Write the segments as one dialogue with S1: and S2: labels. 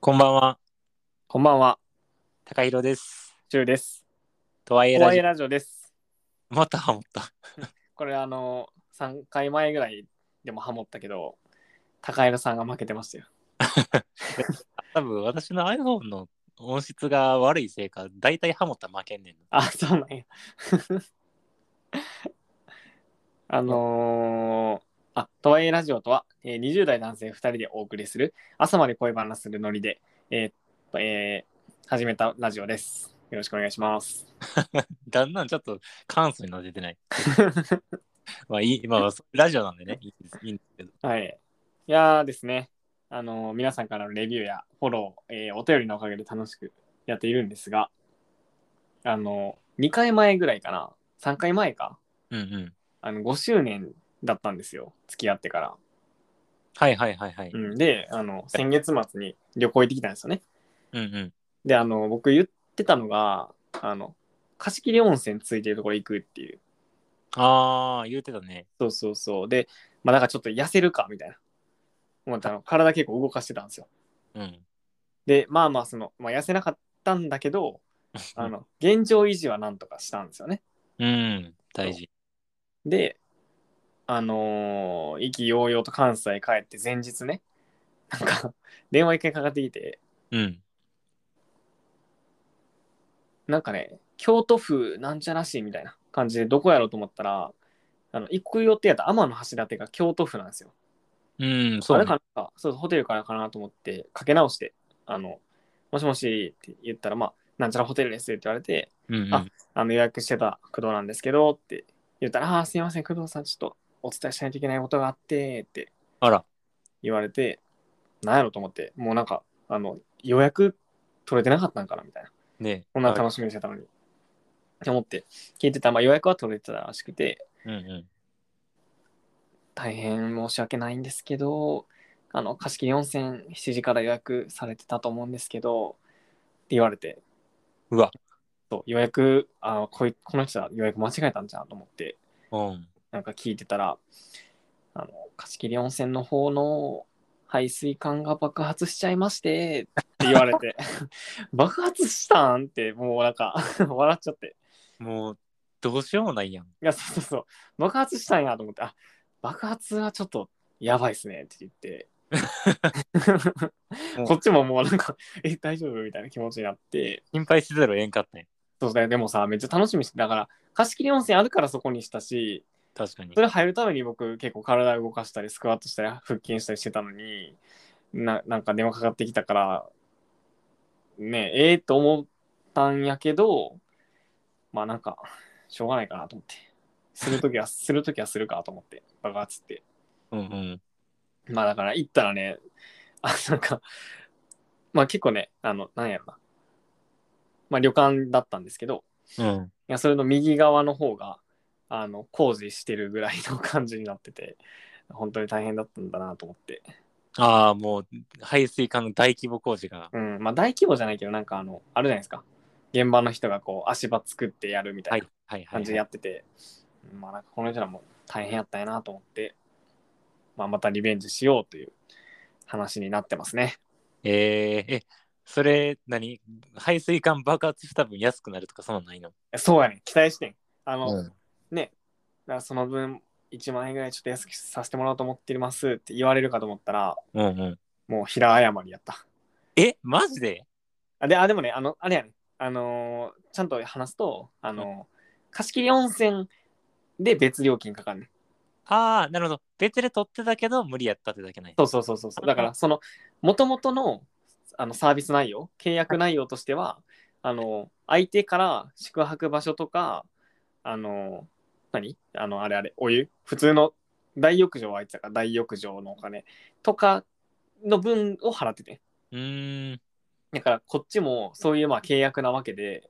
S1: こんばんは、
S2: こんばんは、
S1: 高弘です。
S2: ジュウです。
S1: とはいえ
S2: ホワ
S1: ラ
S2: イ
S1: ジ
S2: エ
S1: オ、
S2: ラジオです。
S1: またハモった。
S2: これあの3回前ぐらいでもハモったけど、高弘さんが負けてましたよ。
S1: 多分私の iPhone の音質が悪いせいか、大体ハモったら負けんねんな。
S2: あ、そうなんや。 あのーあ、とはいえラジオとは、えー20代男性2人でお送りする、朝まで恋バナするノリで、えーえー始めたラジオです。よろしくお願いします。
S1: だんだんちょっと関数にの出 てない。まあいい、まあラジオなんでね、いいですいいんですけど。
S2: はい。いやーですね、あのー皆さんからのレビューやフォロー、えーお便りのおかげで楽しくやっているんですが、あのー、2回前ぐらいかな、3回前か、
S1: うんうん。
S2: あの5周年だったんですよ、付き合ってから。
S1: はいはいはいはい。
S2: うん、で、あの、先月末に旅行行ってきたんですよね。
S1: うんうん。
S2: で、あの、僕言ってたのが、あの、貸切温泉ついてるところ行くっていう。
S1: ああ、言うてたね。
S2: そうそうそう。で、まあ、なんかちょっと痩せるか、みたいな。思ったの。体結構動かしてたんですよ。
S1: うん。
S2: で、まあまあ、その、まあ、痩せなかったんだけど、あの、現状維持はなんとかしたんですよね。
S1: うん、大事。
S2: で、あのー意気揚々と関西帰って前日ね、なんか、電話一回かかってきて、
S1: うん。
S2: なんかね、京都府なんちゃら市みたいな感じで、どこやろうと思ったら、あの行く予定やった天橋立が京都府なんですよ。
S1: うん、
S2: あ
S1: そう、
S2: れ
S1: ね。
S2: かなんか、そうホテルからかなと思って、かけ直して、あの、もしもしって言ったら、まあ、なんちゃらホテルですって言われて、
S1: うんうん、
S2: ああの予約してた工藤なんですけどって言ったら、ああー、すいません、工藤さん、ちょっとお伝えしないといけないことがあってって
S1: あら。
S2: 言われて、なんやろと思って、もうなんか、あの、予約取れてなかったんかなみたいな。
S1: ね
S2: こんな楽しみにしてたのに。って思って、聞いてた、まあ、予約は取れてたらしくて、
S1: うんうん。
S2: 大変申し訳ないんですけど、あの、貸し切り温泉7時から予約されてたと思うんですけど、って言われて、
S1: うわ。
S2: そう予約、あこいこの人は予約間違えたんじゃんと思って、
S1: うん。
S2: なんか聞いてたら、あの、貸し切り温泉の方の排水管が爆発しちゃいまして、って言われて、 爆発したんって、もうなんか、 笑っちゃって。
S1: もう、どうしようもないやん。
S2: いや、そうそうそう。爆発したんやと思って、あ、爆発はちょっとやばいっすねって言って。
S1: うん
S2: こっちももうなんか、え、大丈夫みたいな気持ちになって。
S1: 心配せざるをえんかったんや
S2: そうだよ。でもさ、めっちゃ楽しみにして、だから、貸し切り温泉あるからそこにしたし、
S1: 確かに
S2: そ。れ入るために僕結構体動かしたり、スクワットしたり、腹筋したりしてたのに、ななんか電話かかってきたから、ねえ、ええと思ったんやけど、まあなんか、しょうがないかなと思って。するときは、 するときはするかと思って、爆発って。
S1: うんうん。
S2: まあだから行ったらね、あ、なんか、まあ結構ね、あの、なんやろな。まあ旅館だったんですけど、
S1: うん。
S2: いや、それの右側の方が、あの、工事してるぐらいの感じになってて、本当に大変だったんだなと思って。
S1: ああ、もう、排水管の大規模工事が。
S2: うん、まあ大規模じゃないけど、なんかあの、あるじゃないですか。現場の人がこう、足場作ってやるみた
S1: はいい
S2: な
S1: はいは
S2: 感
S1: い、
S2: じで
S1: は
S2: や
S1: い。
S2: ってて、まあなんかこの人らも大変やったんやなと思って、まあまたリベンジしようという話になってますね。
S1: えー、え、それ何、排水管爆発した分安くなるとか、そんなんないの
S2: えそうやねん、期待してん。あの、
S1: う
S2: だか
S1: ん。
S2: らその分、1万円ぐらいちょっと安くさせてもらおうと思ってますって言われるかと思ったら、
S1: うんうん。
S2: もう平謝りやった。
S1: え、マジで
S2: あであでもね、あの、あれやね、あのーちゃんと話すと、あのー貸し切り温泉で別料金かかるねん。
S1: ああ、なるほど。別で取ってたけど、無理やったってだけない。
S2: そうそうそうそうそう。だから、その、もともとのあのサービス内容、契約内容としては、あの相手から宿泊場所とか、あの何あの、あれあれ、お湯、普通の大浴場はあいつだから、大浴場のお金とかの分を払ってて
S1: う
S2: ん。
S1: ーん。
S2: だからこっちもそういうまあ契約なわけで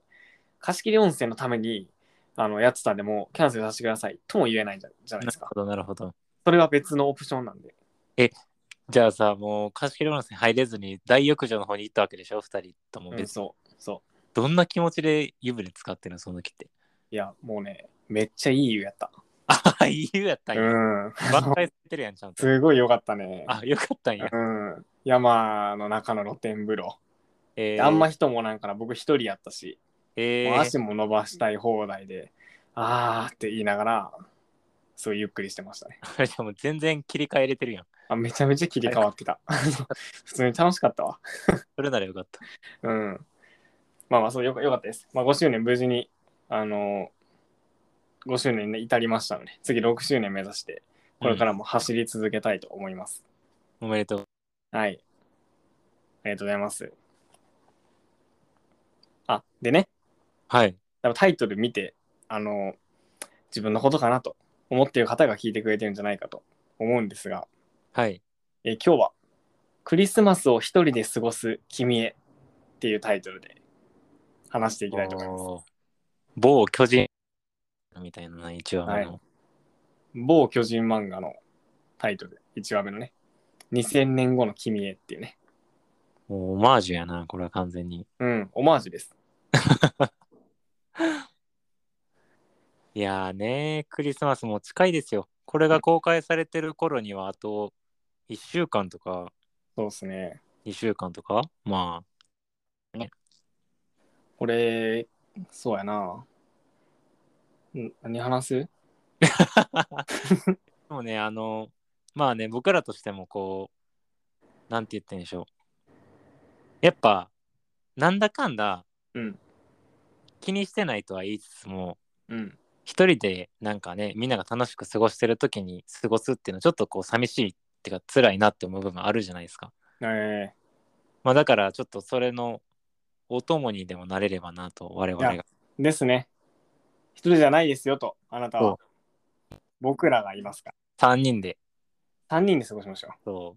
S2: 貸し切り温泉のためにあのやってたんでもうキャンセルさせてくださいとも言えないじゃじゃ
S1: な
S2: な
S1: る
S2: いですか
S1: ほ。ど、なるほど。
S2: それは別のオプションなんで。
S1: じゃあさ、もう貸し切り温泉入れずに大浴場の方に行ったわけでしょ、二人とも
S2: うん、
S1: 別、
S2: そうそう。
S1: どんな気持ちで湯船使ってるの、その時って。
S2: いやもうねめっちゃいい湯やった。
S1: あ EU やったん
S2: う
S1: や。
S2: ん。
S1: 挽回されてるやん、ちゃんと。
S2: すごい良かったね。
S1: あ、よかったんや。
S2: うん。山の中の露天風呂。
S1: えー、
S2: あんま人もなんから僕一人やったし、
S1: え
S2: もう 足
S1: ー、
S2: も伸ばしたい放題で、あーって言いながら、すごいゆっくりしてましたね。
S1: あれでも全然切り替えれてるやん。
S2: あめちゃめちゃ切り替わって た。普通に楽しかったわ。
S1: それならよかった。
S2: うん。まあまあ、そうよか、よかったです。まあ、5周年無事に、あのー、5周年に至りましたので、次6周年目指して、これからも走り続けたいと思います。
S1: おめでとう。
S2: はい。ありがとうございます。あ、でね、
S1: はい。
S2: 多分タイトル見て、あのー、自分のことかなと思っている方が聞いてくれてるんじゃないかと思うんですが、
S1: はい。
S2: えー今日は、クリスマスを一人で過ごす君へっていうタイトルで話していきたいと思います。
S1: おー某巨人みたいなな一応、
S2: はい
S1: あの
S2: 某巨人漫画のタイトル1話目のね2000年後の君へっていうね
S1: もうオマージュやな、これは完全に。
S2: うんオマージュです
S1: いやーねクリスマスも近いですよ。これが公開されてる頃には、あと1週間とか、
S2: そうですね
S1: 2週間とか、ま
S2: これそうやなん何話す
S1: あ。でもね、あの、まあね、僕らとしてもこう、なんて言ってんでしょう。やっぱ、なんだかんだ
S2: うん
S1: 気にしてないとは言いつつも、
S2: うん
S1: 一人でなんかねみんなが楽しく過ごしてる時に過ごすっていうのはちょっとこう寂しいっていうか辛いなって思う部分あるじゃないですか、
S2: え
S1: まあ、だからちょっとそれのお供にでもなれればなと我々
S2: い
S1: が
S2: やーですね一人じゃないですよとあなたは僕らがいますか
S1: 3人で
S2: ら3人で過ごしましょう
S1: そ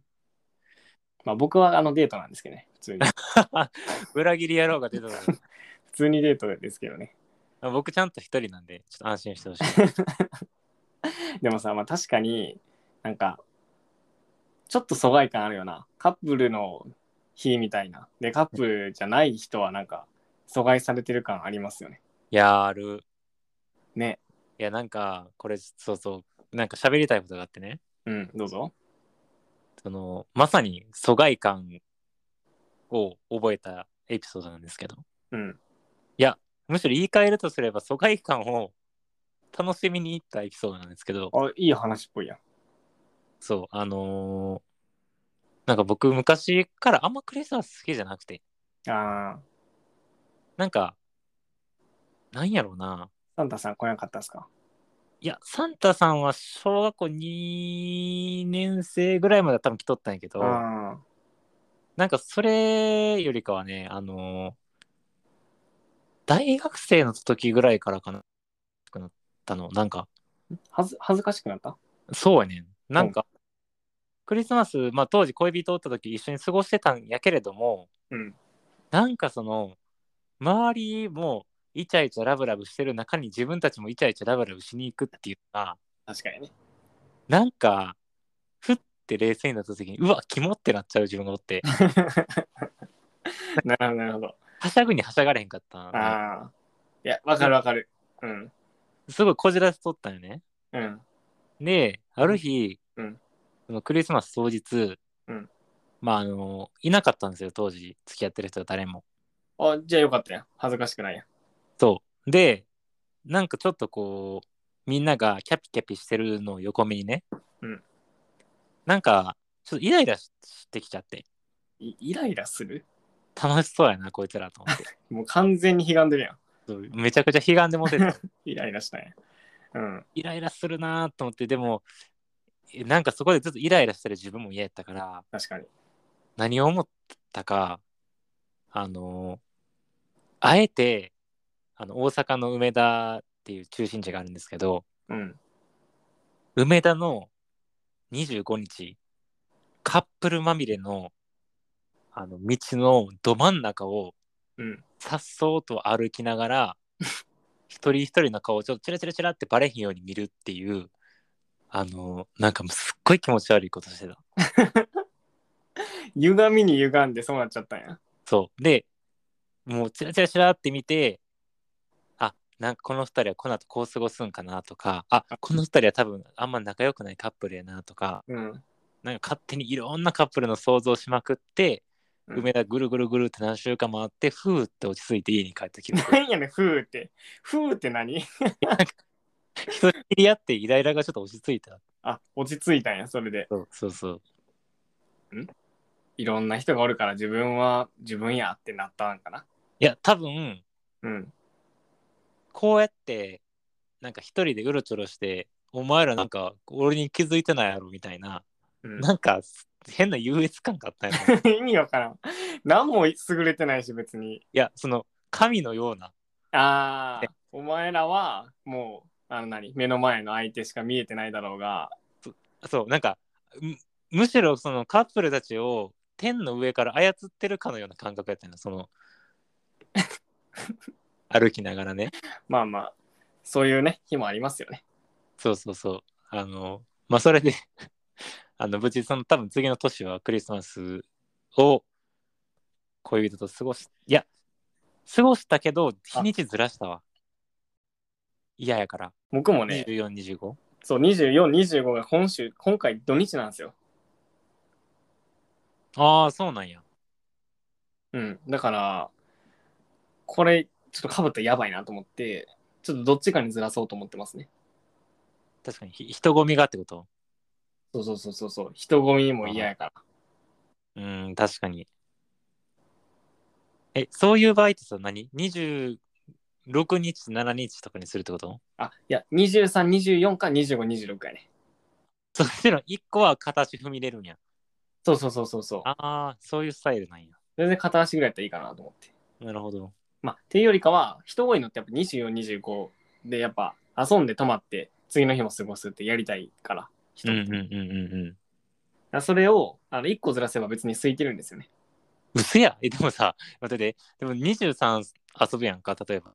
S2: まあ僕はあのデートなんですけどね普通に普
S1: う裏切り野郎が出た から
S2: 通にデートですけどね
S1: まあ僕ちゃんと一人なんでちょっと安心してほしい
S2: でもさ、まあ、確かになんかちょっと疎外感あるよなカップルの日みたいなでカップルじゃない人はなんか疎外されてる感ありますよね
S1: やる
S2: ね
S1: いやなんかこれそうそうなんか喋りたいことがあってね
S2: うんどうぞ
S1: そのまさに疎外感を覚えたエピソードなんですけど
S2: うん
S1: むしろ言い換えるとすれば疎外感を楽しみに行ったエピソードなんですけど
S2: あいい話っぽいやん
S1: そうあのーなんか僕昔からあんまクリスマス好きじゃなくて
S2: あー
S1: なんかなんやろうな
S2: サンタさん来なかったですか
S1: いやサンタさんは小学校2年生ぐらいまでは多分来とったんやけど
S2: あ
S1: なんかそれよりかはねあのー大学生の時ぐらいからかなくなったのなんか
S2: はず恥ずかしくなった
S1: そうやねん。なんか、クリスマス、まあ当時恋人おった時一緒に過ごしてたんやけれども、
S2: うん
S1: なんかその、周りもイチャイチャラブラブしてる中に自分たちもイチャイチャラブラブしに行くっていうのが、
S2: 確かにね
S1: なんか、ふって冷静になった時に、うわ、キモってなっちゃう自分がお って、
S2: なるほどなるほど
S1: はしゃぐにはしゃがれへんかったんで
S2: ああいやわかるわかるうん
S1: すごいこじらせとったんよね。
S2: うん
S1: で、ある日、
S2: うん
S1: そのクリスマス当日、
S2: うん
S1: まああの、いなかったんですよ、当時、付き合ってる人は誰も。
S2: あじゃあよかったやん恥ずかしくないやん
S1: そう。で、なんかちょっとこう、みんながキャピキャピしてるのを横目にね、
S2: うん
S1: なんか、ちょっとイライラししてきちゃって、
S2: いイライラする
S1: 楽しそうやな、こいつらと思って。
S2: もう完全に悲んでるやん
S1: そうめちゃくちゃ悲願でモテ て、
S2: イライラしたんやうん
S1: イライラするなーと思って、でも、えなんかそこでずっとイライラしてる自分も嫌やったから、
S2: 確かに
S1: 何を思ったか、あのーあえて、あの、大阪の梅田っていう中心地があるんですけど、
S2: うん。
S1: 梅田の25日カップルまみれのあの道のど真ん中を
S2: うん。
S1: さっそうと歩きながら 一人一人の顔をちょっとチラチラチラってバレへんように見るっていうあのなんかもうすっごい気持ち悪いことしてた
S2: 歪みに歪んでそうなっちゃったんや。
S1: そうでもうチラチラチラって見てあなんかこの2人はこの後こう過ごすんかなとかあこの2人は多分あんま仲良くないカップルやなとか
S2: うん。
S1: なんか勝手にいろんなカップルの想像しまくって
S2: うん
S1: 梅田ぐるぐるぐるって何週間回ってふーって落ち着いて家に帰った記憶
S2: 何やねん、ふーって。ふーって何
S1: 人知り合ってイライラがちょっと落ち着いた
S2: あ、落ち着いたんや、それで。
S1: そうそうそう
S2: いろんな人がおるから自分は自分やってなったんかな。
S1: いや多分
S2: うん。
S1: こうやってなんか一人でうろちょろしてお前らなんか俺に気づいてないやろみたいな
S2: うん、
S1: なんか変な優越感があったよね
S2: 意味わからん。何も優れてないし、別に。
S1: いやその神のような
S2: ああ、お前らはもう、あの何、目の前の相手しか見えてないだろうが。
S1: そうなんかむむしろそのカップルたちを天の上から操ってるかのような感覚やったのその歩きながらね
S2: まあまあ、そういうね、日もありますよね。
S1: そうそうそうあのまあそれで あの無事その多分次の年はクリスマスを恋人と過ごしいや過ごしたけど日にちずらしたわ嫌ややから
S2: 僕もね、
S1: 2425
S2: そう、24、25が今週、今回土日なんですよ。
S1: ああそうなんや
S2: うん。だから、これ、ちょっとかぶったらやばいなと思って、ちょっとどっちかにずらそうと思ってますね。
S1: 確かにひ人混みがってこと
S2: そうそうそうそうそう。人混みも嫌やから。
S1: うん、確かに。え、そういう場合ってさ、何 ?26 日、7日とかにするってこと
S2: あ、いや、23、24か25、26やね。
S1: そっちの1個は片足踏み入れるんや。
S2: そうそうそうそうそう。
S1: ああ、そういうスタイルなんや。
S2: 全然片足ぐらいやったらいいかなと思って。
S1: なるほど。
S2: まあ、っていうよりかは、人多いのってやっぱ24、25で、やっぱ遊んで泊まって、次の日も過ごすってやりたいから、
S1: う
S2: 人
S1: ん
S2: って
S1: うんうんうんうん。
S2: だからそれを、あの、1個ずらせば別に空いてるんですよね。
S1: うせやえ、でもさ、待ってて、でも23遊ぶやんか、例えば。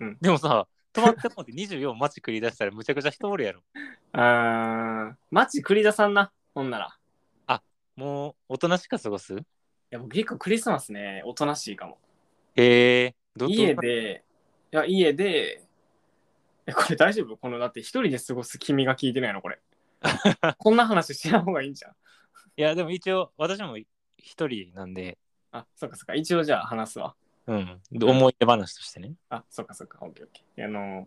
S2: うん
S1: でもさ、止まってもって24街繰り出したらむちゃくちゃ人おるやろ。
S2: あー、マジ栗田さんな、ほんなら。
S1: もう、おとなしく過ごす
S2: いや、僕結構クリスマスね、おとなしいかも。
S1: へえ、どどう
S2: 家で、いや、家で、え、これ大丈夫この、だって一人で過ごす君が聞いてないのこれ。こんな話しない方がいいんじゃん。
S1: いや、でも一応、私も一人なんで、
S2: あ、そっかそっか。一応じゃあ話すわ。
S1: うん、思い出話としてね。
S2: あ、そっかそっか。オッケーオッケー。あの、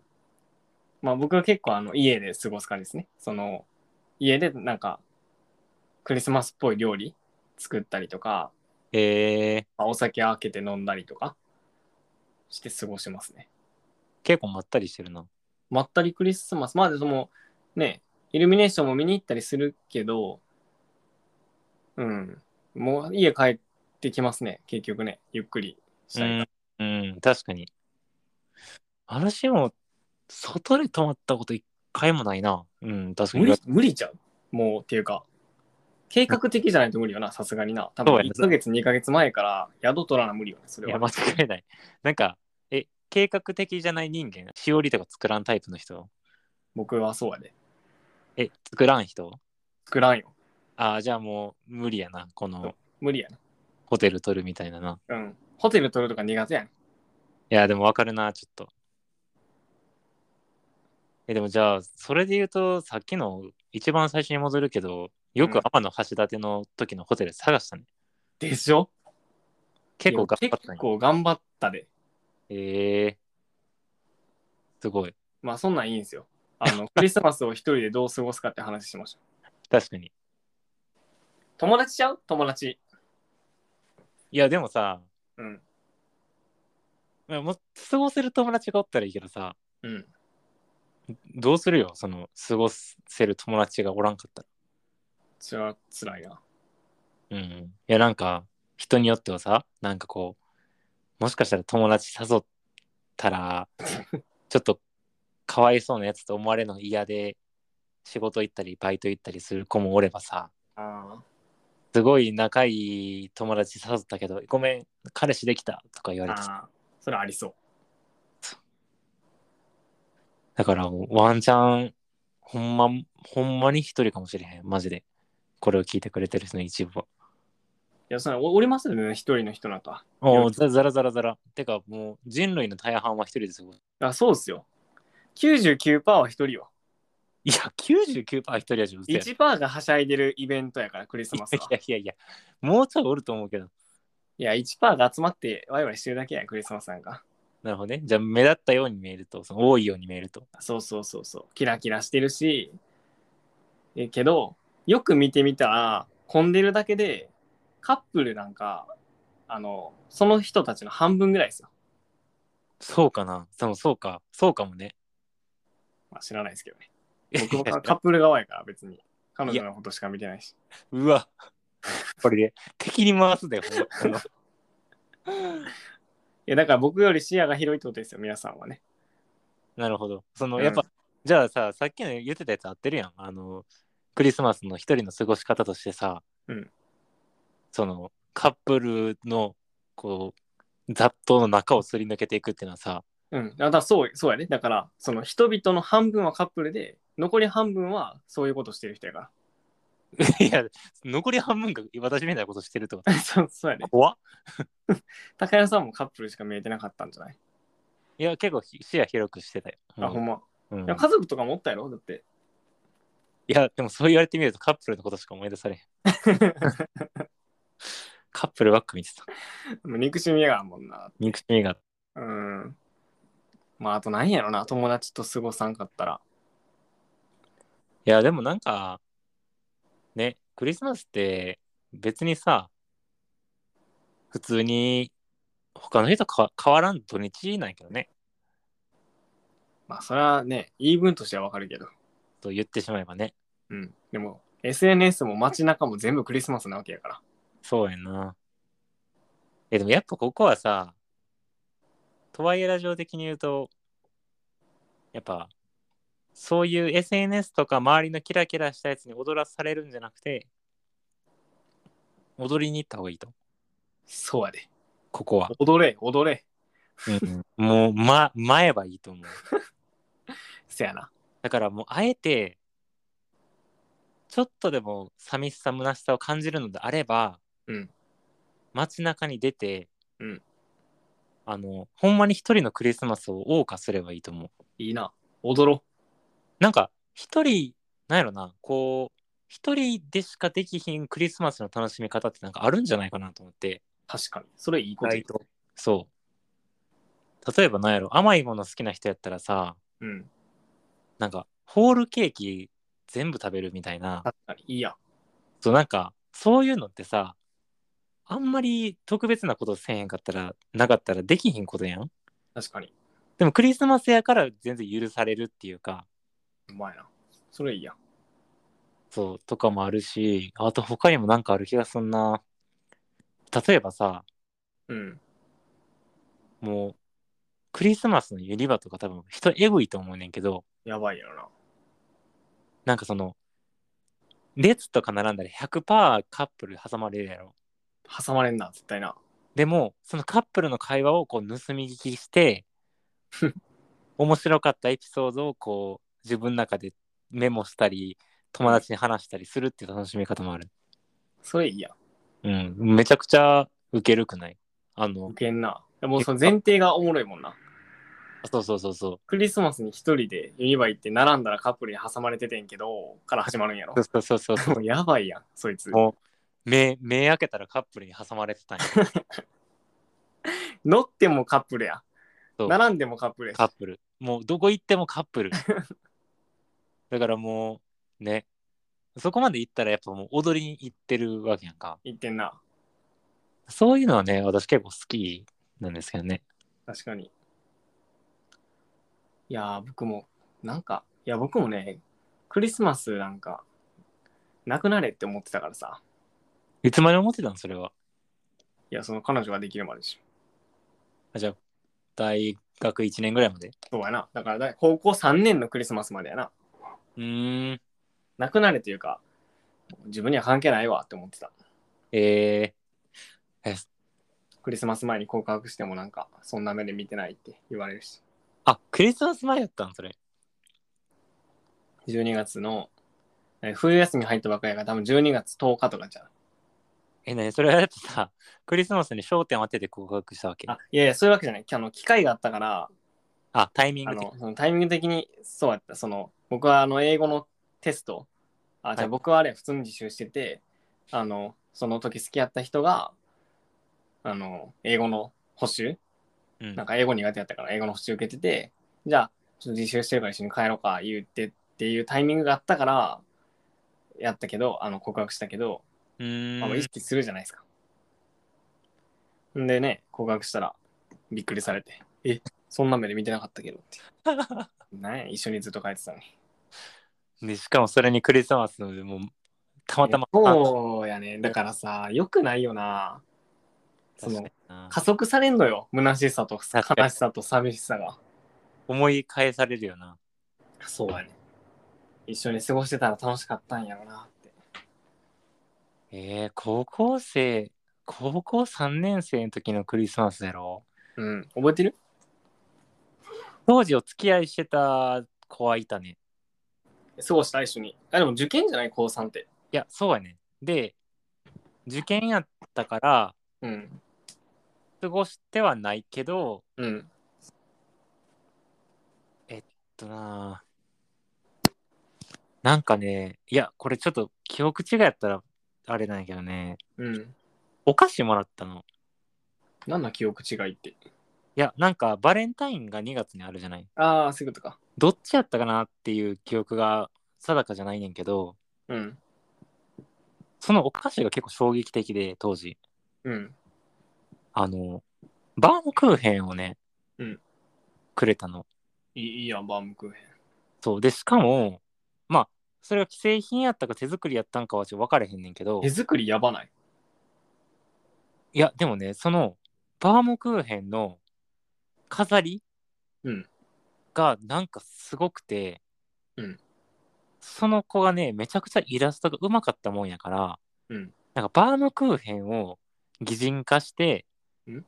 S2: まあ僕は結構あの、家で過ごす感じですね。その、家でなんか、クリスマスっぽい料理作ったりとか、
S1: えー、
S2: まあお酒開けて飲んだりとかして過ごしますね。
S1: 結構まったりしてるな。
S2: まったりクリスマス。まあでも、ね、イルミネーションも見に行ったりするけど、うん。もう家帰ってきますね。結局ね、ゆっくりしたいから。
S1: うん、うん、確かに。私も、外で泊まったこと一回もないな。うん、確かに。
S2: 無理、無理ちゃうもう、っていうか、計画的じゃないと無理よな、さすがにな。多
S1: そ
S2: 分
S1: うやね
S2: 1ヶ月、2ヶ月前から宿取らな無理よね、そ
S1: い
S2: れ
S1: や、
S2: は。
S1: 間違いない。なんか、え、計画的じゃない人間、しおりとか作らんタイプの人
S2: 僕はそうやで。
S1: え、作らん人
S2: 作らんよ。
S1: ああ、じゃあもう無理やな。この
S2: 無理やな。
S1: ホテル取るみたいなな。
S2: うん。ホテル取るとか苦手やん。
S1: いや、でもわかるな、ちょっと。え、でもじゃあ、それで言うと、さっきの一番最初に戻るけど、よく
S2: うん
S1: 天橋立の時のホテル探したね。
S2: でしょ
S1: 結構頑張った
S2: 結
S1: ね。
S2: 構頑張ったで。
S1: ええすごい。
S2: まあ、そんなんいいんですよ。あの、 クリスマスを一人でどう過ごすかって話しました。
S1: 確かに。
S2: 友達ちゃう友達。
S1: いや、でもさ、
S2: うん。
S1: まあもう過ごせる友達がおったらいいけどさ、
S2: うん。
S1: どうするよ、その、過ごせる友達がおらんかった
S2: それは辛いな。
S1: ら。うん。いや、なんか、人によってはさ、なんかこう、もしかしたら友達誘ったら、ちょっと、かわいそうなやつと思われるのが嫌で、仕事行ったり、バイト行ったりする子もおればさ、
S2: ああ。
S1: すごい仲いい友達誘ったけど、ごめん、彼氏できたとか言われてさ
S2: ああ。それはありそう。
S1: だから、ワンチャン、ほんま、ほんまに一人かもしれへん、マジで。これを聞いてくれてる人の一部は。
S2: や、それおおりますよね、一人の人なんか。
S1: もうザザラザラザラ。てかもう人類の大半は一人ですよ。
S2: あ、そうですよ。99%は一人よ。
S1: いや、99%一人やし、うせえい
S2: 1%がはしゃいでるイベントやから、クリスマスは。
S1: やいやいや、もうちょいおると思うけど。
S2: いや、1%が集まってワイワイしてるだけやん、クリスマスなんか。
S1: なるほどね。じゃあ目立ったように見えると、その多いように見えると。
S2: そうそうそうそう。キラキラしてるし、えけど、よく見てみたら、混んでるだけで、カップルなんか、あの、その人たちの半分ぐらいですよ。
S1: そうかな。そうそうか。そうかもね。
S2: まあ知らないですけどね。僕 もカカップル側やから、別に。彼女のことしか見てないし。
S1: うわ。これで敵に回すで、ほんまあの
S2: いや、だから僕より視野が広いってことですよ、皆さんはね。
S1: なるほど。その、
S2: うん
S1: やっぱ、じゃあさ、さっきの言ってたやつ合ってるやん。あの、クリスマスの一人の過ごし方としてさ、
S2: うん
S1: その、カップルの、こう、雑踏の中をすり抜けていくっていうのはさ、
S2: うん。あだからそう、そうやね。だから、その人々の半分はカップルで、残り半分はそういうことしてる人やか
S1: いや、残り半分が私みたいなことしてるってこと
S2: ら。 そう、そうやね。
S1: 怖っ
S2: 高谷さんもカップルしか見えてなかったんじゃない、
S1: いや、結構ひ視野広くしてたよ。
S2: あ、ほんま。
S1: うんうん
S2: いや家族とかもおったやろだって。
S1: いや、でもそう言われてみるとカップルのことしか思い出されへん。カップルばっか見てた。
S2: もう憎しみやがんもんな。
S1: 憎しみが。
S2: うん。まあ、あと何やろな、友達と過ごさんかったら。
S1: いや、でもなんか、ね、クリスマスって別にさ、普通に他の人とか変わらん土日なんやけどね、
S2: まあ、それはね、言い分としてはわかるけど。
S1: と言ってしまえばね。
S2: うん。でも、SNS も街中も全部クリスマスなわけやから。
S1: そうやな。え、でもやっぱここはさ、とはいえラジオ的に言うと、やっぱ、そういう SNS とか周りのキラキラしたやつに踊らされるんじゃなくて、踊りに行った方がいいと、
S2: そうやで。
S1: ここは。
S2: 踊れ、踊れ。
S1: うんもう、ま、前はいいと思う。
S2: せやな。
S1: だからもう、あえて、ちょっとでも寂しさ、虚しさを感じるのであれば、
S2: うん
S1: 街中に出て、
S2: うん
S1: あの、ほんまに一人のクリスマスを謳歌すればいいと思う。
S2: いいな。踊ろ
S1: なんか、一人、なんやろな、こう、一人でしかできひんクリスマスの楽しみ方ってなんかあるんじゃないかなと思って。
S2: う。確かに。それいいこと言う
S1: そう。例えばなんやろ、甘いもの好きな人やったらさ、
S2: うん。
S1: なんか、ホールケーキ全部食べるみたいな。
S2: 確かに。いいやん。
S1: そうなんかそういうのってさあんまり特別なことせえへんかったらなかったらできひんことやん
S2: 確かに。
S1: でもクリスマスやから全然許されるっていうか
S2: うまいな。それいいやん。
S1: そうとかもあるしあと他にもなんかある気がすんな例えばさ
S2: うん。
S1: もうクリスマスのユニバとか多分人エグいと思うねんけど
S2: やばいやろな。
S1: なんかその列とか並んだら100%カップル挟まれるやろ
S2: 挟まれんな、絶対な。
S1: でもそのカップルの会話をこう盗み聞きして 面白かったエピソードをこう自分の中でメモしたり友達に話したりするっていう楽しみ方もある。
S2: それいいやん。
S1: うん、めちゃくちゃウケるくないあの
S2: 受けんな。もうその前提がおもろいもんな。
S1: そうそうそうそ
S2: クリスマスに一人でユニバ行って並んだらカップルに挟まれててんけどから始まるんやろ
S1: う。そうそうそうそう
S2: もうやばいやんそい つ
S1: もう目目開けたらカップルに挟まれてたんや
S2: 乗ってもカップルや
S1: そう
S2: 並んでもカップルやし
S1: カップルもうどこ行ってもカップルだからもうねそこまで行ったらやっぱもう踊りに行ってるわけやんか
S2: 言ってんな
S1: そういうのはね、私結構好きなんですけどね。
S2: 確かにいやー僕もなんかいや僕もねクリスマスなんかなくなれって思ってたからさ
S1: いつまで思ってたのそれは。
S2: いやその彼女ができるまででし
S1: あじゃあ、大学1年ぐらいまで。
S2: ょそうやなだからだ高校3年のクリスマスまでやな
S1: うーん。
S2: なくなれというか自分には関係ないわって思ってた
S1: えー、え、
S2: クリスマス前に告白してもなんかそんな目で見てないって言われるし
S1: あ、クリスマス前やったんそれ。
S2: 12月のえー冬休み入ったばっかりやから多分12月10日とかじゃん
S1: え、ね、それはやっぱさ、クリスマスに焦点を当てて告白したわけ。
S2: あ
S1: あ、
S2: いやいやそういうわけじゃないあの機会があったから
S1: タイミン
S2: あ
S1: グ的
S2: のそのタイミング的にそうやったその僕はあの英語のテストあじゃ
S1: は
S2: あ
S1: い
S2: 僕はあれ普通に自習してて、あのその時好きやった人があの英語の補習
S1: うん
S2: なんか英語苦手やったから英語の補習受けててじゃあちょっと自習してるから一緒に帰ろうか言ってっていうタイミングがあったからやったけどあの告白したけど、
S1: うーん
S2: まあ、意識するじゃないですか。んでね告白したらびっくりされて「えそんな目で見てなかったけど」って。ね一緒にずっと帰ってたのに。
S1: でしかもそれにクリスマスでもうたまたま
S2: そうやねだからさよくないよなそ
S1: 確か
S2: の
S1: にな
S2: 加速されんのよ虚しさと
S1: 確かに
S2: 悲しさと寂しさが
S1: 思い返されるよな
S2: そうやね一緒に過ごしてたら楽しかったんやろなって
S1: えー、高校生高校3年生の時のクリスマスやろ
S2: うん覚えてる
S1: 当時お付き合いしてた子はいたね
S2: 過ごした一緒にあでも受験じゃない高3って
S1: いやそうやねで受験やったから
S2: うん
S1: 過ごしてはないけど
S2: うん
S1: えっとななんかねいやこれちょっと記憶違いやったらあれなんやけどね
S2: うん
S1: お菓子もらったの
S2: 何の記憶違いって
S1: いやなんかバレンタインが2月にあるじゃない
S2: ああそういうことか
S1: どっちやったかなっていう記憶が定かじゃないねんけど
S2: うん
S1: そのお菓子が結構衝撃的で当時
S2: うん
S1: あのバームクーヘンをね、
S2: うん
S1: くれたの
S2: いいいいやんバームクーヘ
S1: そうでしかもまあそれが既製品やったか手作りやったんかはちょっと分かれへんねんけど
S2: ン手作りやばない
S1: いや、でもね、その、バームクーヘンの飾り
S2: うん
S1: がなんかすごくて、
S2: うん
S1: その子がね、めちゃくちゃイラストがうまかったもんやから、
S2: うん
S1: なんかバームクーヘンを擬人化して
S2: うん、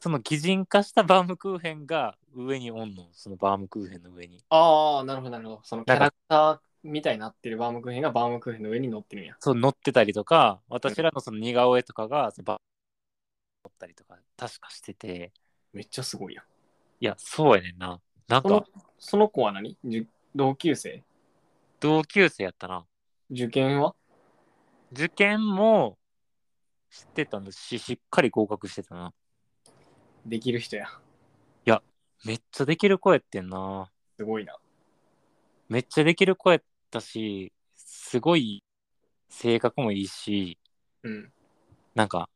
S1: その擬人化したバームクーヘンが上におんの、そのバームクーヘンの上に。
S2: ああなるほどなるほどそのキ
S1: だ
S2: ャ
S1: から
S2: ラクターみたいになってるバームクーヘンがバームクーヘンの上に乗ってるんや
S1: そう乗ってたりとか、私らのその似顔絵とかが、そのバームクーヘン乗ったりとか、確かしてて、
S2: めっちゃすごいやん
S1: いや、そうやねんな。なん
S2: そ
S1: か
S2: の、その子は何じゅ同級生
S1: 同級生やったな。
S2: 受験は
S1: 受験も知ってたんだし、しっかり合格してたな。
S2: できる人や
S1: めっちゃできる子やってんな。
S2: すごいな
S1: めっちゃできる子やったし、すごい性格もいいし、
S2: うん
S1: なんか、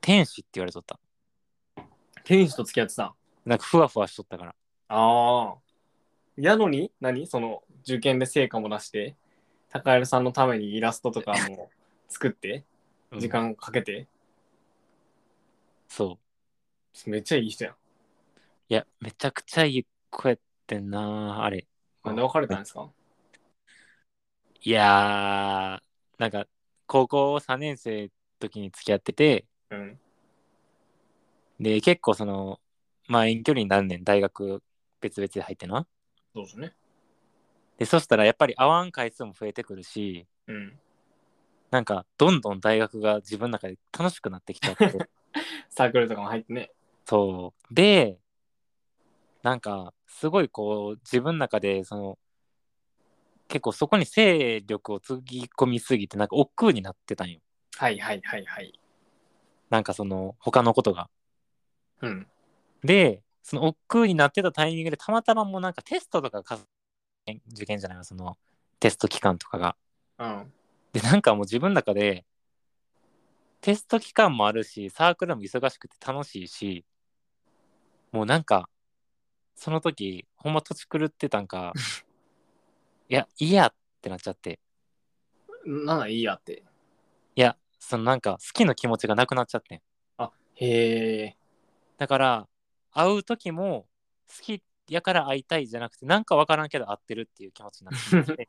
S1: 天使って言われとった。
S2: 天使と付き合ってたん
S1: なんかふわふわしとったから。
S2: ああやのに何その受験で成果も出して高エルさんのためにイラストとかも作って
S1: うん
S2: 時。間かけて、
S1: そう。
S2: めっちゃいい人やん
S1: いや、めちゃくちゃいい子やってんな、あれ。
S2: なんで別れたんですか
S1: いやー、なんか、高校3年生の時に付き合ってて、
S2: うん
S1: で、結構その、まあ遠距離になんねん、大学別々で入ってな。
S2: そうですね
S1: で、そしたらやっぱり会わん回数も増えてくるし、
S2: うん
S1: なんかどんどん大学が自分の中で楽しくなってきちゃって。
S2: サークルとかも入ってね
S1: そう。で、なんかすごいこう自分の中でその、結構そこに勢力をつぎ込みすぎて、なんか億劫になってたんよ。
S2: はいはいはいはい
S1: なんかその、他のことが。
S2: うん
S1: で、その億劫になってたタイミングで、たまたまもうなんかテストとかか受験じゃないわそのテスト期間とかが。
S2: うん
S1: で、なんかもう自分の中で、テスト期間もあるし、サークルも忙しくて楽しいし、もうなんか、その時、ほんま土地狂ってたんか、いや、いいやってなっちゃって、
S2: なんだいいやって
S1: いや、そのなんか好きな気持ちがなくなっちゃってん。
S2: へえ
S1: だから、会う時も好きやから会いたいじゃなくて、なんかわからんけど会ってるっていう気持ちになってしまっ て。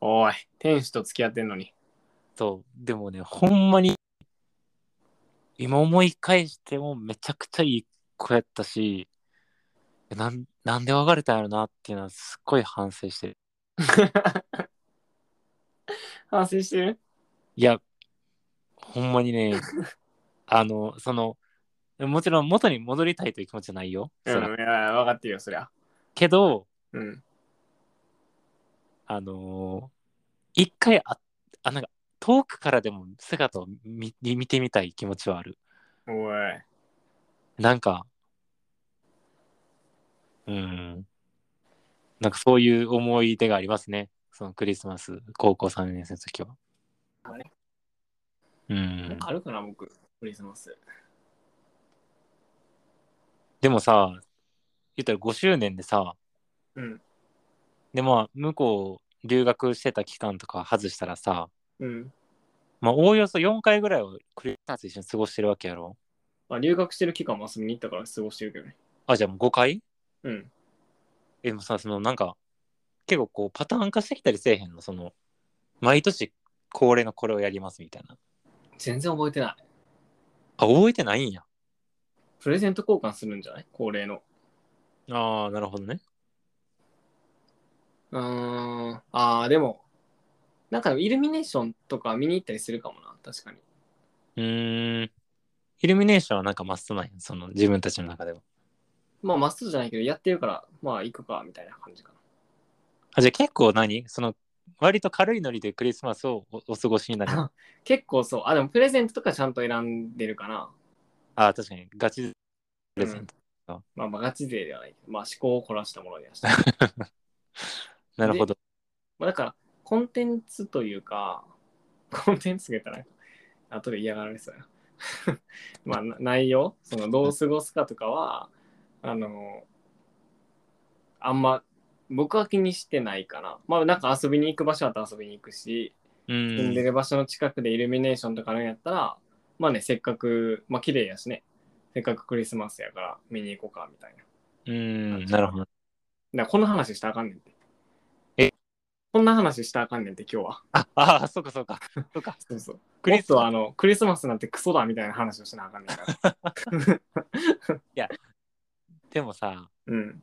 S2: おい天使と付き合ってんのに
S1: そう、でもね、ほんまに、今思い返してもめちゃくちゃいい子やったし、なんなんで別れたんやろなっていうのはすっごい反省してる。
S2: 反省してる
S1: いや、ほんまに ね、あの、その、もちろん元に戻りたいという気持ちはないよ。
S2: う
S1: そら
S2: ん、いや、分かってるよ、そりゃ。
S1: けど、
S2: うん。
S1: あのー一回あ、あ、なんか、遠くからでも姿を見見てみたい気持ちはある。
S2: おい。
S1: なんか、うん。なんかそういう思い出がありますね。そのクリスマス、高校3年生の時は。
S2: あれ
S1: うん。
S2: 軽くな、僕、クリスマス。
S1: でもさ、言ったら5周年でさ、
S2: うん。
S1: でまあ、向こう留学してた期間とか外したらさ、
S2: うん。
S1: まあ、おおよそ4回ぐらいをクリスマス一緒に過ごしてるわけやろ。
S2: まあ、留学してる期間も遊びに行ったから過ごしてるけどね。
S1: あ、じゃあもう5回
S2: うん。
S1: え、でもさ、そのなんか、結構こうパターン化してきたりせえへんの、その、毎年恒例のこれをやりますみたいな。
S2: 全然覚えてない。
S1: あ、覚えてないんや。
S2: プレゼント交換するんじゃない恒例の。
S1: ああ、なるほどね。
S2: うーん。ああ、でも、なんかイルミネーションとか見に行ったりするかもな、確かに。
S1: うーん。イルミネーションはなんかマストなんや、その自分たちの中では。
S2: まあ、マストじゃないけど、やってるから、まあ、行くか、みたいな感じかな。
S1: あ、じゃあ結構何その、割と軽いノリでクリスマスをおお過ごしになる。あ
S2: 結構そう。あ、でもプレゼントとかちゃんと選んでるかな。
S1: あー、確かに、ガチプレゼント。
S2: まあ、まあ、ガチ勢ではないけど。まあ、思考を凝らしたものでした。
S1: なるほど。
S2: まあ、だから、コンテンツというか、コンテンツが言ったら、後で嫌がられそうや な。まあ、な内容、その、どう過ごすかとかは、あの、あんま、僕は気にしてないかな。まあ、なんか遊びに行く場所だったら遊びに行くし、
S1: う
S2: 住んで
S1: ん。
S2: る場所の近くでイルミネーションとかのやったら、まあね、せっかく、まあ綺麗やしね、せっかくクリスマスやから見に行こうかみたいな。だか
S1: うん。なるほど。
S2: らこの話したらあかんねんって。
S1: え
S2: こんな話したらあかんねんって今日は。
S1: ああー、そうかそうか。そうか。
S2: そうそう。
S1: ク
S2: ク
S1: リ
S2: リ
S1: ス
S2: スはあの、クリスマスなんてクソだみたいな話をしなあかんねん から。
S1: でもさ、
S2: うん。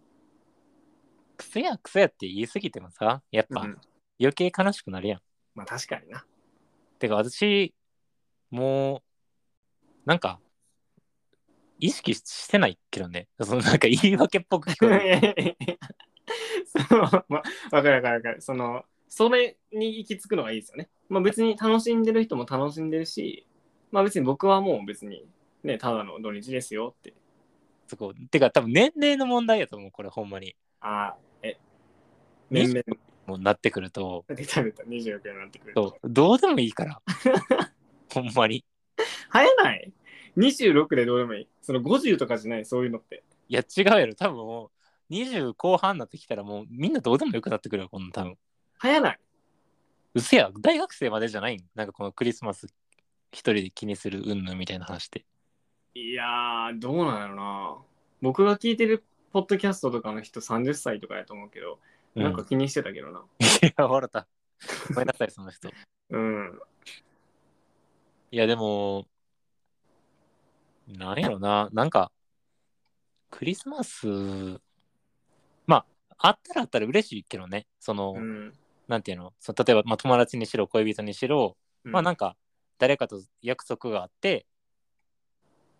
S1: クソやクソやって言い過ぎてもさ、やっぱ
S2: うん
S1: 余計悲しくなるやん。
S2: まあ確か にな。
S1: てか私、もう、なんか、意識してないけどね。そのなんか言い訳っぽく聞
S2: そ
S1: こ
S2: う
S1: え る。
S2: まあ、わかるわかるわかる。その、それに行き着くのがいいですよね。まあ別に楽しんでる人も楽しんでるし、まあ別に僕はもう別に、ね、ただの土日ですよって。
S1: そこ。てか多分年齢の問題やと思う、これほんまに。
S2: ああ、え、年
S1: 年
S2: 々
S1: 齢、もうなってくると、
S2: 出た出た、26になってくる。
S1: そうどうでもいいから。 ほんまに。
S2: 生えない ?26 でどうでもいい。その50とかじゃない、そういうのって。
S1: いや違うやろ多分もう20後半になってきたらもうみんなどうでもよくなってくるよこんなん多分
S2: 生えない。
S1: うせや大学生までじゃないんなんかこのクリスマス一人で気にするうんぬんみたいな話って
S2: いやー、どうなんやろな。僕が聞いてるポッドキャストとかの人30歳とかやと思うけど、なんか気にしてたけどな。
S1: いや笑ったごめんなさいその人い
S2: うん。
S1: やでもなんやろななんかクリスマスまああったらあったら嬉しいけどねその、
S2: うん。
S1: なんていうのその例えば、まあ、友達にしろ恋人にしろまあなんか誰かと約束があって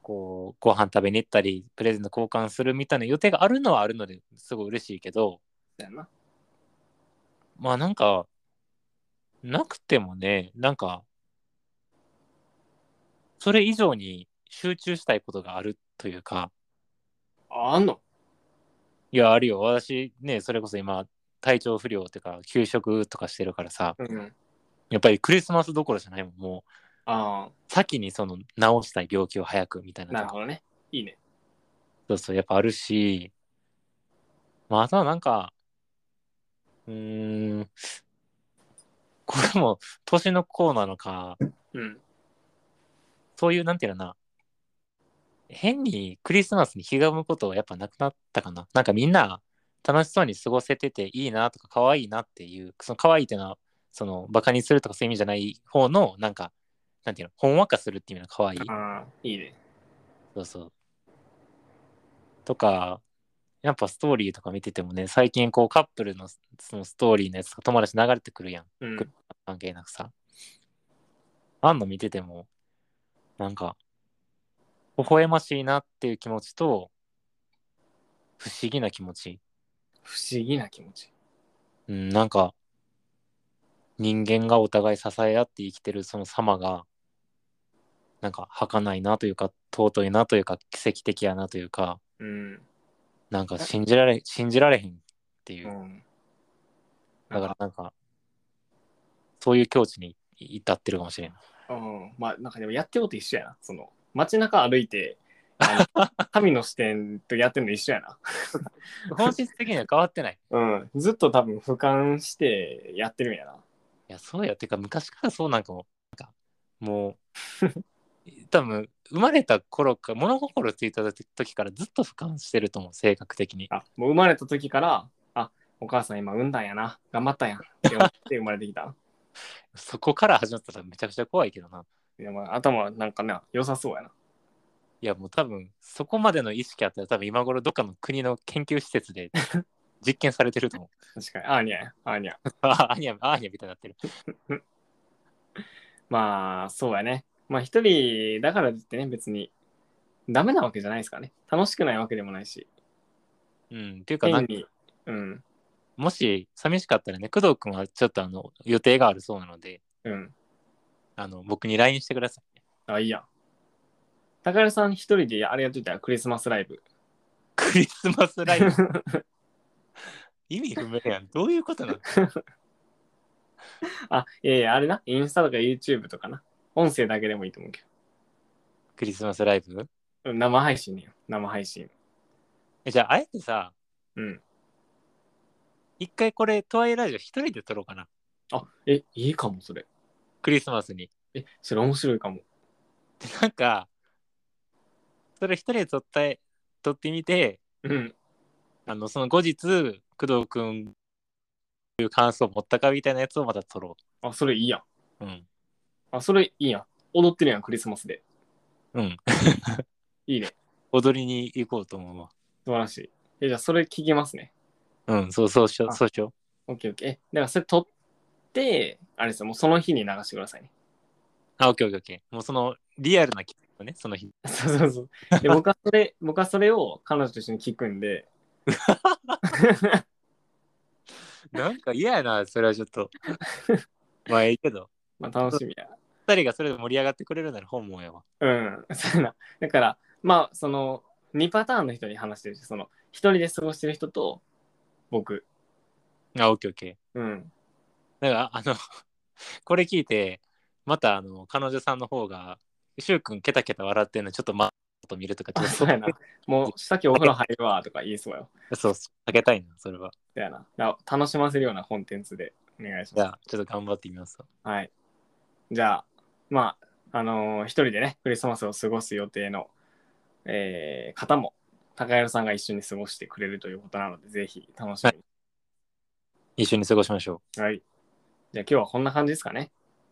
S1: こうご飯食べに行ったりプレゼント交換するみたいな予定があるのはあるのですごい嬉しいけど
S2: だよな。
S1: まあなんかなくてもねなんかそれ以上に集中したいことがあるというか
S2: あ、あんの
S1: いやあるよ私ねそれこそ今体調不良とか休職とかしてるからさ
S2: うん。
S1: やっぱりクリスマスどころじゃないもんもう
S2: あ
S1: 先にその治したい病気を早くみたい
S2: あ、
S1: な
S2: なるほどね。いいね。
S1: そうそう、やっぱあるし、まあ、あとはなんか、うーん、これも年の子なのか、
S2: うん。
S1: そういう、なんていうのかな、変にクリスマスに気が向くことはやっぱなくなったかな。なんかみんな楽しそうに過ごせてていいなとか、可愛いなっていう、その可愛いっていうのは、その、バカにするとかそういう意味じゃない方の、なんか、なんていうの、ほんわかするっていう意味の可愛い。
S2: ああ、いいね。
S1: そうそう。とか、やっぱストーリーとか見ててもね、最近こうカップルのそのストーリーのやつが友達流れてくるやん、
S2: うん。
S1: 関係なくさ。あんの見てても、なんか、微笑ましいなっていう気持ちと、不思議な気持ち。
S2: 不思議な気持ち。
S1: うん、なんか、人間がお互い支え合って生きてるその様が、なんか、儚いなというか、尊いなというか、奇跡的やなというか、
S2: うん。
S1: なんか信じられ、信じられへんっていうう。
S2: ん。
S1: だからなんか、そういう境地に至ってるかもしれん。
S2: うん、まあなんかでもやってること一緒やな。その街中歩いて、あ の神の視点とやってるの一緒やな。
S1: 本質的には変わってない。
S2: うん、ずっと多分俯瞰してやってるんやな。
S1: いや、そうや。てか、昔からそうなんかも、なんかもう、 多分、生まれた頃か、物心ついた時からずっと俯瞰してると思う、性格的に。
S2: あもう生まれた時から、あお母さん今産んだんやな、頑張ったんやんって思って生まれてきた。
S1: そこから始まったらめちゃくちゃ怖いけどな。
S2: いやまあ頭なんかね、良さそうやな。
S1: いや、もう多分、そこまでの意識あったら、多分今頃どっかの国の研究施設 で実験されてると思う。
S2: 確かに、あーにゃや、あーにゃ。
S1: ああ、アーニャ、アーニャみたいになってる。
S2: まあそうやね。まあ一人だからといってね、別にダメなわけじゃないですからね。楽しくないわけでもないし。
S1: うん。っていうか、な
S2: 変
S1: んか、
S2: に、うん、
S1: もし寂しかったらね、工藤君はちょっとあの、予定があるそうなので、
S2: うん。
S1: あの、僕に LINE してください。
S2: あ、いいやん。高橋さん一人であれやっといたらクリスマスライブ。
S1: クリスマスライ ブ。意味不明やん。どういうことなの
S2: あ、ええあれな。インスタとか YouTube とかな。音声だけでもいいと思うけ
S1: クリスマスライブ
S2: ど。うん生配信ね。生配信。
S1: えじゃあ、あえてさ、
S2: うん。
S1: 一回これ、トワイラジオ一人で撮ろうかな。
S2: あ、え、いいかも、それ。
S1: クリスマスに。
S2: え、それ面白いかも。
S1: でなんか、それ一人で撮ったい、撮ってみて、
S2: うん。
S1: あの、その後日、工藤くん、どういう感想を持ったかみたいなやつをまた撮ろ
S2: あ、それいいやん。
S1: う。うん。
S2: あ、それいいやん。踊ってるやん、クリスマスで。
S1: うん。
S2: いいね。
S1: 踊りに行こうと思うわ。
S2: 素晴らしい。え、じゃあ、それ聞きますね。
S1: うん、そう、そうしよう、
S2: あ
S1: そうしよ
S2: オッケーオッケー。え、だからそれ撮って、あれですよ、もうその日に流してくださいね。
S1: う。あ、オッケーオッケーオッケー。もうその、リアルな気分をね、その 日。
S2: そうそうそう。で、僕はそれ、僕はそれを彼女と一緒に聞くんで、
S1: なんか嫌やな、それはちょっと。まあ、いいけど。
S2: まあ楽しみや。
S1: 二人がそれで盛り上がってくれるなら本望やわ。
S2: うん、そうやな。だから、まあ、その、2パターンの人に話してるし、その、一人で過ごしてる人と、僕。
S1: あ、オッケーオッケー。
S2: うん。
S1: だから、あの、 これ聞いて、また、あの、彼女さんの方が、しゅうくん、ケタケタ笑ってんの、ちょっとま、と見るとか、ちょ
S2: あ、
S1: っと
S2: そうやな。も う、さっきお風呂入るわ、とか言いそうよ。
S1: そう、避けたいな、それは。
S2: そうやな。だから楽しませるようなコンテンツでお願いし
S1: じゃ
S2: ま
S1: あ、ちょっと頑張ってみますわ。
S2: す。はい。じゃあ、まあ、あのー一人でね、クリスマスを過ごす予定の、えー方も、高弘さんが一緒に過ごしてくれるということなので、ぜひ楽しみ
S1: 一緒に過ごしましょ
S2: に。はい。じゃあ、今日はこんな感じですかね。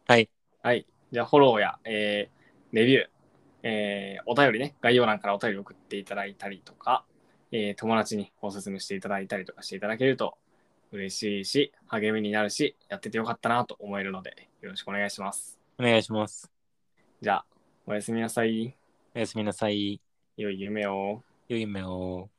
S1: う。はい。
S2: はい。じゃあ、フォローや、えーレビュー、えーお便りね、概要欄からお便り送っていただいたりとか、えー友達におすすめしていただいたりとかしていただけると嬉しいし、励みになるし、やっててよかったなと思えるので、よろしくお願いします。
S1: お願いします。
S2: じゃあ、おやすみなさい。
S1: おやすみなさい。
S2: 良い夢を。
S1: 良い夢を。